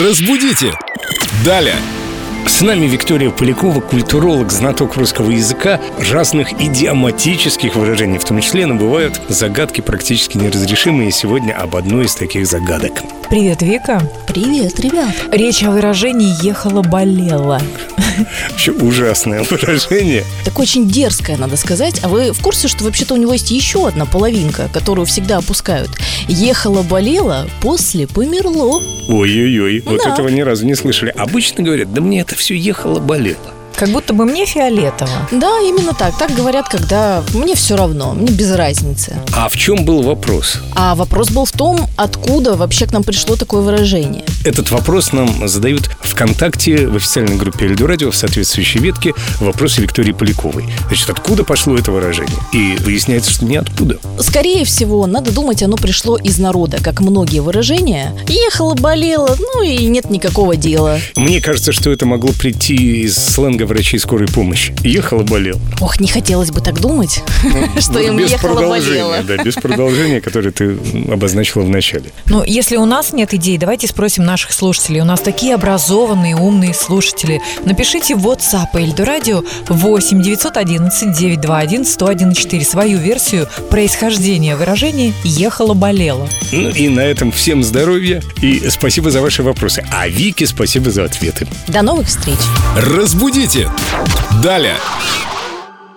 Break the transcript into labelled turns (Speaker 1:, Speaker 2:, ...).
Speaker 1: Разбудите! Далее!
Speaker 2: С нами Виктория Полякова, культуролог, знаток русского языка, разных идиоматических выражений, в том числе, но бывают загадки практически неразрешимые. Сегодня об одной из таких загадок.
Speaker 3: Привет, Вика.
Speaker 4: Привет, ребят.
Speaker 3: Речь о выражении «ехала-болела».
Speaker 2: Вообще ужасное выражение.
Speaker 4: Так очень дерзкое, надо сказать. А вы в курсе, что вообще-то у него есть еще одна половинка, которую всегда опускают? Ехала-болела, после померло.
Speaker 2: Ой-ой-ой, вот
Speaker 4: Да.
Speaker 2: этого ни разу не слышали. Обычно говорят, да мне это все ехало-болело.
Speaker 3: Как будто бы мне фиолетово.
Speaker 4: Да, именно так. Так говорят, когда мне все равно, мне без разницы.
Speaker 2: А в чем был вопрос?
Speaker 4: А вопрос был в том, откуда вообще к нам пришло такое выражение.
Speaker 2: Этот вопрос нам задают ВКонтакте в официальной группе Эльду Радио в соответствующей ветке вопрос Виктории Поляковой. Значит, откуда пошло это выражение? И выясняется, что ниоткуда.
Speaker 4: Скорее всего, надо думать, оно пришло из народа, как многие выражения. Ехала, болела, ну и нет никакого дела.
Speaker 2: Мне кажется, что это могло прийти из сленга врачей скорой помощи. Ехала болел.
Speaker 4: Ох, не хотелось бы так думать, что
Speaker 2: Вот
Speaker 4: им
Speaker 2: Ну, без
Speaker 4: ехала,
Speaker 2: продолжения,
Speaker 4: болела.
Speaker 2: да, без продолжения, которое ты м, обозначила в начале.
Speaker 3: Но если у нас нет идей, давайте спросим наших слушателей. У нас такие образованные, умные слушатели. Напишите в WhatsApp Эльду Радио 8 911 921 1014 свою версию происхождения выражения «ехала-болела».
Speaker 2: Ну и на этом всем здоровья и спасибо за ваши вопросы. А Вике спасибо за ответы.
Speaker 4: До новых встреч!
Speaker 1: Разбудите! Далее!